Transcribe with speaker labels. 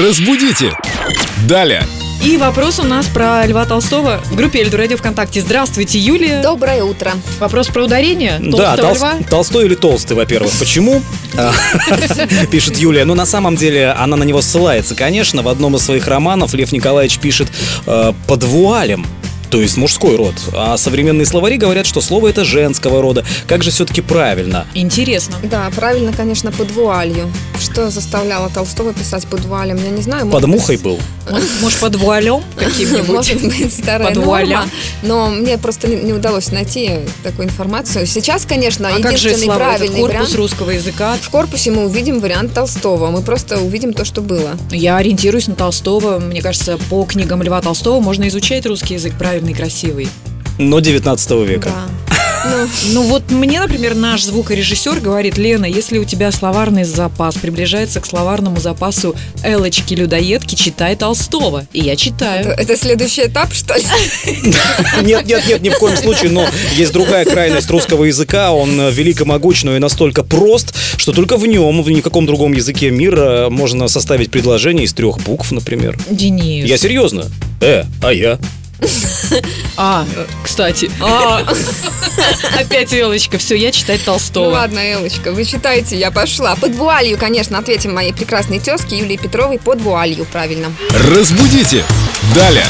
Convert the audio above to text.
Speaker 1: Разбудите! Далее!
Speaker 2: И вопрос у нас про Льва Толстого в группе Эльду Радио ВКонтакте. Здравствуйте, Юлия.
Speaker 3: Доброе утро.
Speaker 2: Вопрос про ударение
Speaker 4: Да,
Speaker 2: толстого
Speaker 4: толс-
Speaker 2: льва.
Speaker 4: Толстой или Толстый, во-первых. Почему? А, Пишет Юлия. Ну, на самом деле, она на него ссылается, конечно. В одном из своих романов Лев Николаевич пишет э, «под вуалем». То есть мужской род. А современные словари говорят, что слово это женского рода. Как же все-таки правильно?
Speaker 2: Интересно.
Speaker 3: Да, правильно, конечно, под вуалью. Что заставляло Толстого писать под вуалем, я не знаю.
Speaker 4: Под
Speaker 3: может быть,
Speaker 4: мухой был.
Speaker 2: Может, под вуалем каким-нибудь?
Speaker 3: Может быть, старая
Speaker 2: Под
Speaker 3: норма,
Speaker 2: вуалем.
Speaker 3: но мне просто не- не удалось найти такую информацию. Сейчас, конечно,
Speaker 2: А как же
Speaker 3: единственный
Speaker 2: слова? Это
Speaker 3: правильный
Speaker 2: корпус
Speaker 3: вариант.
Speaker 2: русского языка.
Speaker 3: В корпусе мы увидим вариант Толстого. Мы просто увидим то, что было.
Speaker 2: Я ориентируюсь на Толстого. Мне кажется, по книгам Льва Толстого можно изучать русский язык правильный и красивый.
Speaker 4: Но 19 века.
Speaker 3: Да.
Speaker 2: Ну вот мне, например, наш звукорежиссер говорит, Лена, если у тебя словарный запас приближается к словарному запасу Элочки-людоедки, читай Толстого. И я
Speaker 3: Ну,
Speaker 2: читаю.
Speaker 3: это следующий этап, что ли?
Speaker 4: Нет, нет, нет, ни в коем случае, но есть другая крайность русского языка. Он э, велик и могуч, но и настолько прост, что только в нем, в никаком другом языке мира э, можно составить предложение из трех букв, например.
Speaker 2: Денис.
Speaker 4: Я серьезно. Э, а я?
Speaker 2: А, кстати. А. Опять Элочка. Все, я читать
Speaker 3: Ну
Speaker 2: Толстого.
Speaker 3: ладно, Элочка, вы читайте, я пошла. Под вуалью, конечно, ответим моей прекрасной тезке Юлии Петровой под вуалью, правильно.
Speaker 1: Разбудите! Далее!